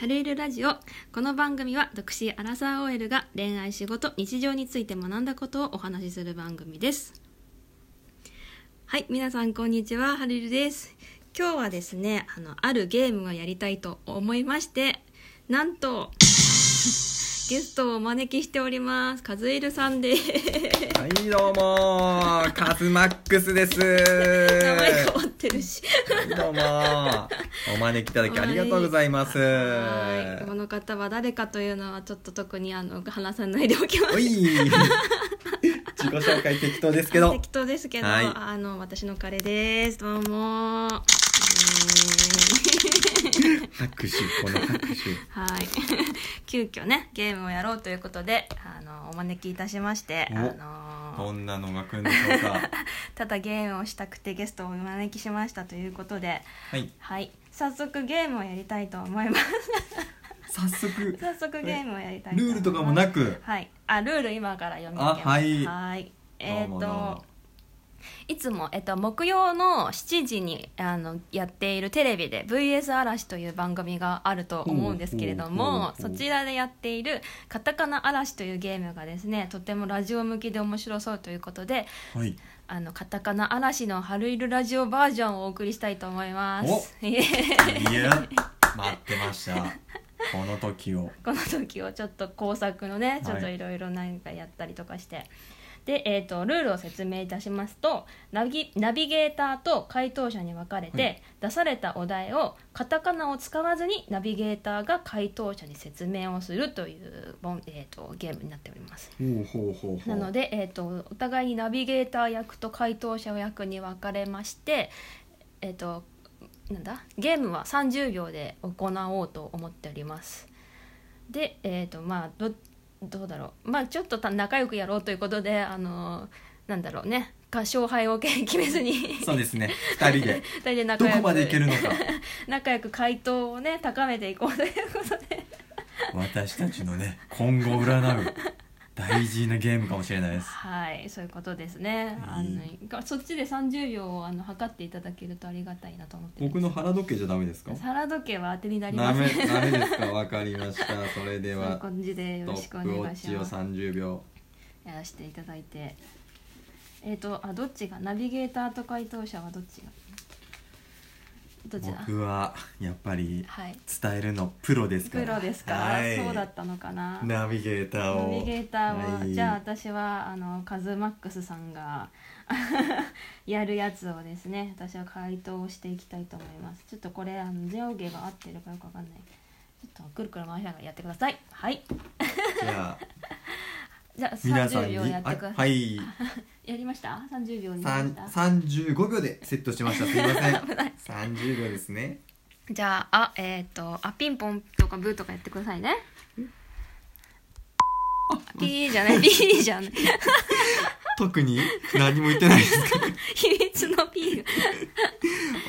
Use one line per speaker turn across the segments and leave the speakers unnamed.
ハルエルラジオこの番組は独身アラサー OL が恋愛仕事日常について学んだことをお話しする番組ですはい皆さんこんにちはハルエルです今日はですねあのあるゲームをやりたいと思いましてなんとゲストをお招きしておりますカズエルさんです
はいどうもカズマックスです
名前変わってるし
はいどうもお招きいただきありがとうございます
はいこの方は誰かというのはちょっと特にあの話さないでおきます
おい自己紹介適当ですけど
適当ですけど、
はい
あの私の彼ですどうもうーん
拍手この拍手
はい 急遽ねゲームをやろうということであのお招きいたしまして
お
あの
どんなのが来るんでしょうか
ただゲームをしたくてゲストをお招きしましたということで
はい
はい早速ゲームをやりたいと思います
早速
早速ゲームをやりたいと
ル
思います
ールとかもなく
はいあルール今から読み上げます
あはい
はいえっ、
どうも
と
どうも
いつも、えっと、木曜の7時にあのやっているテレビで「VS 嵐」という番組があると思うんですけれども
ほうほうほうほ
そうちらでやっている「カタカナ嵐」というゲームがですねとてもラジオ向きで面白そうということで
はい
あのカタカナ嵐の「春色ラジオ」バージョンをお送りしたいと思います。 いえ
いや待ってましたこの時を
この時をちょっと工作のね
い
ちょっといろいろなんかやったりとかして、で、えー、とルールを説明いたしますとナビナビゲーターと回答者に分かれて、
はい
出されたお題をカタカナを使わずにナビゲーターが回答者に説明をするという、ぼんえー、とゲームになっております。
ほうほうほうほ
な
う
ので、えー、とお互いにナビゲーター役と回答者役に分かれまして、えー、となんだゲームは30秒で行おうと思っております。で、えーとまあ、どどうだろう、まあ、ちょっとた仲良くやろうということで、あのなんだろうねか勝敗を決めずに
そうですね二人で
2人で仲
ど
良く
こまでいけるのか
仲良く回答をね高めていこうということで。
私たちのね今後を占う大事なゲームかもしれないです
はい、そういうことですね。あ
いい
のがそっちで30秒をあの測っていただけるとありがたいなと思って
僕の腹時計じゃダメですか
ます。皿時計は当てになり
ダ
ません。そ
メ
う
ダメですかわかりましたそれで
いう
は
感じでよ
ト
ろしくお
ップウォ
願い
ッ
し
チを
ます。
30秒
やらせていただいて。えっ、とあどっちがナビゲーターと回答者はどっちがどっちだ。
僕はやっぱり
はい。
伝えるのプロですか
プ
ら
ロですか。
はい
そうだったのかな。
ナビゲーターを
ナビゲーターは、
はい
じゃあ私はあのカズマックスさんが やるやつをですね私は回答していきたいと思いますちょっとこれあの上下が合ってるかよくわかんないちょっとくるくる回しながらやってくださいはい
じゃあ
じゃあ
皆さん
30
に
秒やってくださ
あ
い、
はい
やりました30秒になり
三
ました
35秒でセットしましたすいませ ん30秒ですね
じゃああえっ、とあピンポンとかブーとかやってくださいねピーじゃないピーじゃない
特に何も言ってないですか
秘密のピーが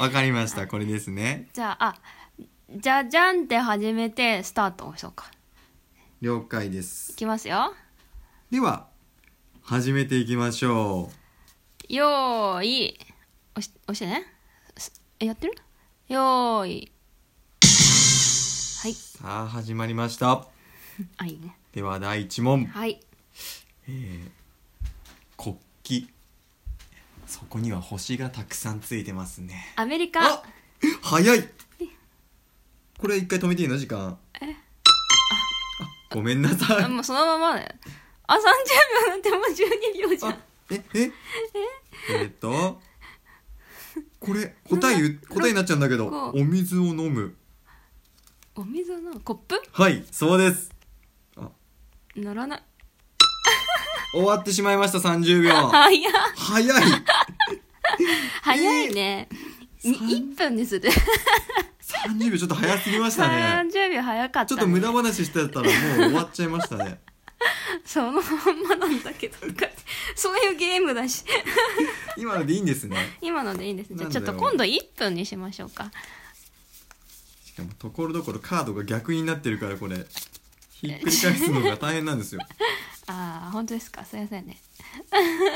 わかりましたこれですね
じゃあ、あ、じゃじゃんって始めて、スタートをしようか。
了解で
い
す
きますよ。
では始めていきましょう
よーい。押し、押してね。すえ、やってるよーい。はい。
さあ始まりました
あ、いいね。
では第1問
はい。
国旗そこには星がたくさんついてますね
アメリカ。
あ早いこれ一回止めていいの時間あごめんなさ
あ
い
もうそのままだよ。あ、30秒なんてもう12秒じゃ
あ
ん。
えええーっとこれ答え言う答えになっちゃうんだけど
こう
お水を飲む
お水のコップ
はいそうです
乗らない。
終わってしまいました30秒
早い。
早い
早いね。に1分にする。
30秒ちょっと早すぎましたね
30秒早かった、ね。
ちょっと無駄話してたらもう終わっちゃいましたね
そのまんまなんだ けどとかってそういうゲームだし
今のでいいんですね
今のでいいんですねじゃあ
なん
ち
だ
ょっ
よ
と今度1分にしましょうか
しかもところどころカードが逆になってるからこれひっくり返すのが大変なんですよ
ああ本当ですかすいませんね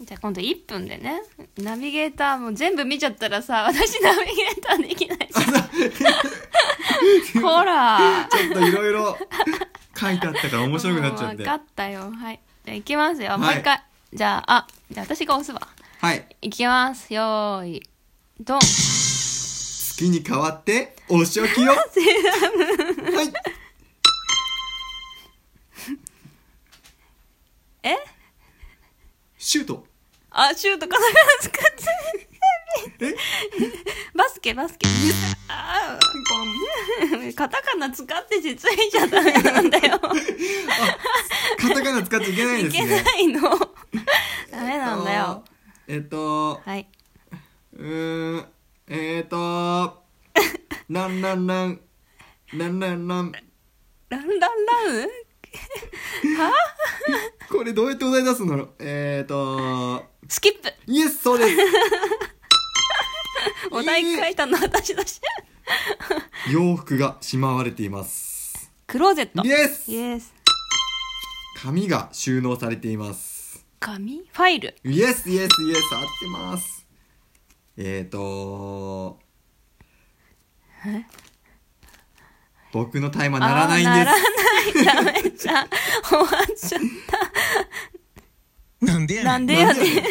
じゃあ今度1分でねナビゲーターも全部見ちゃったらさ私ナビゲーターできないしほら
ちょっといろいろ書いてあったから面白くなっちゃっ
もう分
て
かったよはいじゃあいきますよ、
はい
もう一回じゃああじゃあ私が押すわ
はい
いきますよーいドン
月に代わってお仕置き よはい
え
シュート
あシュートかな使ってバスケバスケあーカタカナ使っててついちゃダメなんだよ
カタカナ使っちゃいけない
い
です
け
ね
ないのダメなんだよ
えっと
はい。
うーんえっと なんなんなんなんなんなん
ランランラン
これどうやってお題出すんだろうえっと
スキップ
イエスそうです
お題書いたの私だし。
洋服がしまわれています
クローゼット。
イエス
イエス。
紙が収納されています
紙ファイル。
イエスイエスイエス合ってますえっ、ー、と僕のタイマーならないん
あー
です
ならない。ダメじゃん。終わっちゃっ
なんで
た。
やね
な
ん
んでや
なんで
ね
や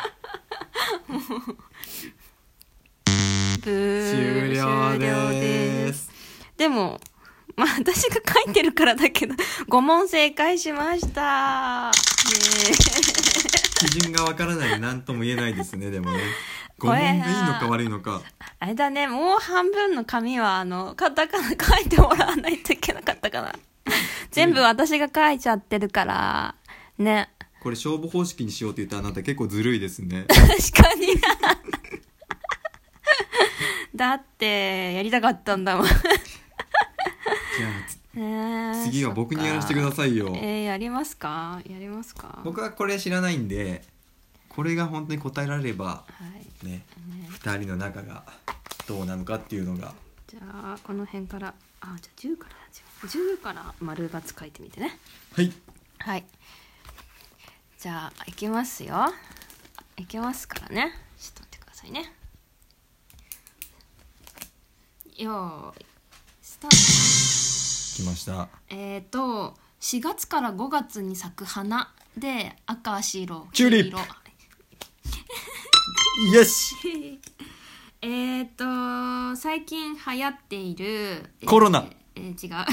ん。 ブー
終了で
終了
す
でも、まあ私が書いてるからだけど、5問正解しました。イエーイ
基準がわからない何とも言えないですね でもね5
こ
問
れ
でいいのか悪いのか
あれだね、もう半分の紙は、あの、カタカナ書いてもらわないといけなかったかな。全部私が書いちゃってるから、ね。
これ勝負方式にしようって言ったあなた結構ずるいですね
確かに。 だって、やりたかったんだもん。
じゃあつ
ね え
次は僕にやらせてくだ
い。
さいよ
えーやりますかやりますか
僕はこれ知らないんでこれが本当に答えられれば
はい。
ね2人の仲がどうなのかっていうのが
じゃあ、この辺から、あ、じゃあ10から始める10から丸×書いてみてね。
はい
はい。じゃあ、行きますよ。行きますからね。ちょっと待ってくださいね。よーい。スター
来ました
ト。えっ、ー、と、4月から5月に咲く花で、赤、白、
チューリップよし
黄色。 えっと、最近流行っている。
コロナ
えーえー違う。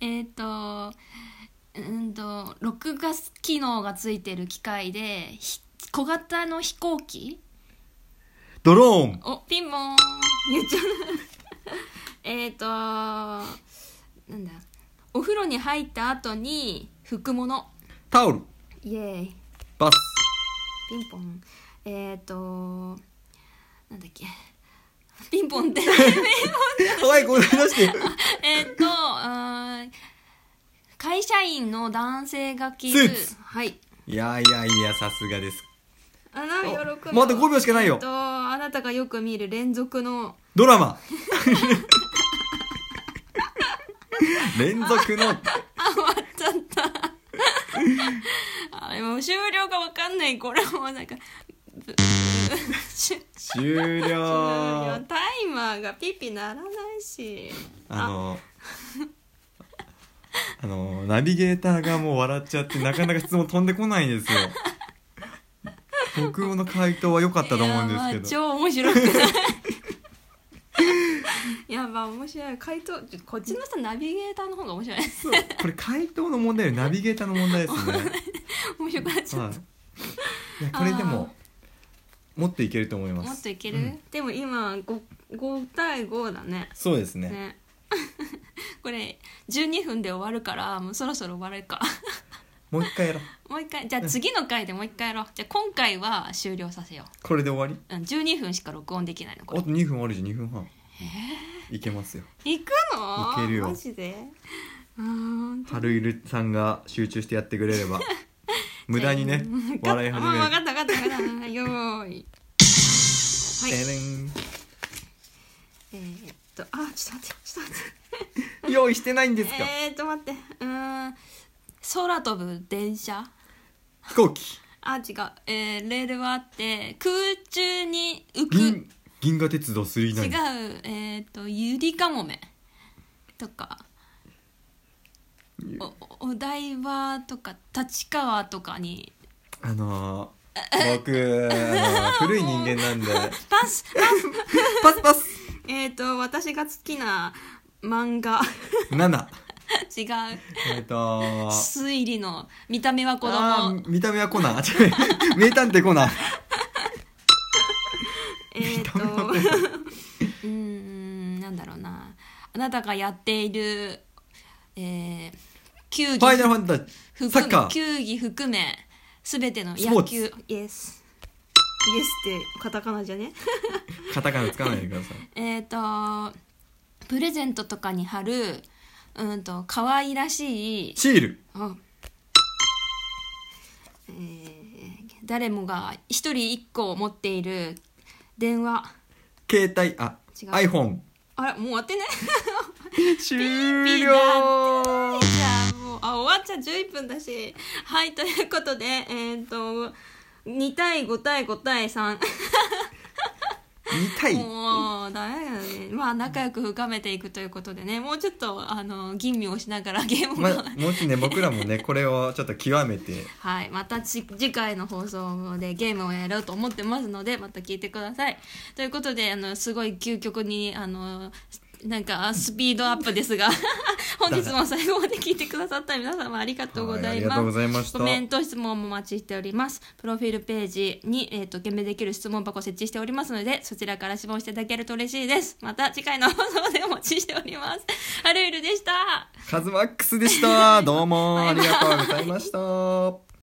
えっと、うーんと録画機能がついてる機械でひ小型の飛行機
ドローン
おピンポ ーン言っちゃうえっとなんだお風呂に入った後に拭くもの
タオル
イエーイ
バス
ピンポンえっ、となんだっけ ピンポ ンって
おいこれ出して
えっとあー会社員の男性が着る
スーツ
はい
いやいやいやさすがです
あな喜び
おまだ5秒しかないよ
えっとあなたがよく見る連続の
ドラマ連続の
あ終わっちゃったあもう終了がわかんないこれもうなんかぶ終
終了
了タイマーがピッピ鳴らないし
あのあのナビゲーターがもう笑っちゃってなかなか質問飛んでこないんですよ僕の回答は良かったと思うんですけ
いやま
ど
あ超面白く ないいやまあ面白い回答ちょこっちの人ナビゲーターの方が面白い
そうこれ回答の問題よりナビゲーターの問題ですね
面白くなっち ゃ
は
っ
い、いやこれでももっといけると思い
た
ま
もっ
す
といける、でも今 5, 5対5だね
そうですね
ね これ12分で終わるからもうそろそろ終わるか
もう一回やろう
もう一回じゃあ次の回でもう一回やろうじゃあ今回は終了させよ
これで終わり
ううん12分しか録音できないのこ
あ
れ
と2分あるじゃん2分半いけますよ
行くの
いけるよ
マジでうーん
春いるさんが集中してやってくれ れば無駄にね笑い始め
あ分か
る
った分かった分かったよーい はい
えー
えーっとあちょっと待ってちょっと待って
れん用意してないんですか、
えーっと待ってうーん空飛ぶ電車
飛行機
あ違う、えーレールはあって空中に浮く
銀銀河鉄道39
違うえっ、とゆりかもめとかおおお台場とか立川とかに
あのー、 僕、あのー古い人間なんで
パス パス
パスパス
えっと私が好きな漫画
7
違う
えっ、とー
推理の見た目は子
あ
供
ー見た目はコナン違う 名探偵コ ナン
えっ、と うーんなんだろうなあなたがやっているえー、球
ファイナ
技
ルファンタジーサ
含
ッカ
め
ー
球技含めすべての
スポ
野
ーツ
球イエスイエスってカタカナじゃね
カタカナつかないでください
えっとプレゼントとかに貼るうんと可愛らしい
シール
あえー誰もが一人一個持っている電話
携帯あ
違う
iPhone
あれもう終わって ね
終
ピだじゃ
了
あもうあ終わっちゃう11分だしはいということでえっ、と2対5対5対3
見たい
もうダメだねまあ仲良く深めていくということでねもうちょっとあの吟味をしながらゲームを、
まもしね僕らもねこれをちょっと極めて
はい、またち次回の放送でゲームをやろうと思ってますのでまた聞いてください。ということであのすごい究極にあのなんかスピードアップです が本日も最後まで聞いてくださった皆様ありがとうござ
はい
い
あり
ます。
がとうございました
コメント質問もお待ちしております。プロフィールページに、えー、と懸命できる質問箱設置しておりますのでそちらから質問していただけると嬉しいです。また次回の放送でお待ちしております。ハルイルでした。
カズマックスでしたどうもありがとうございました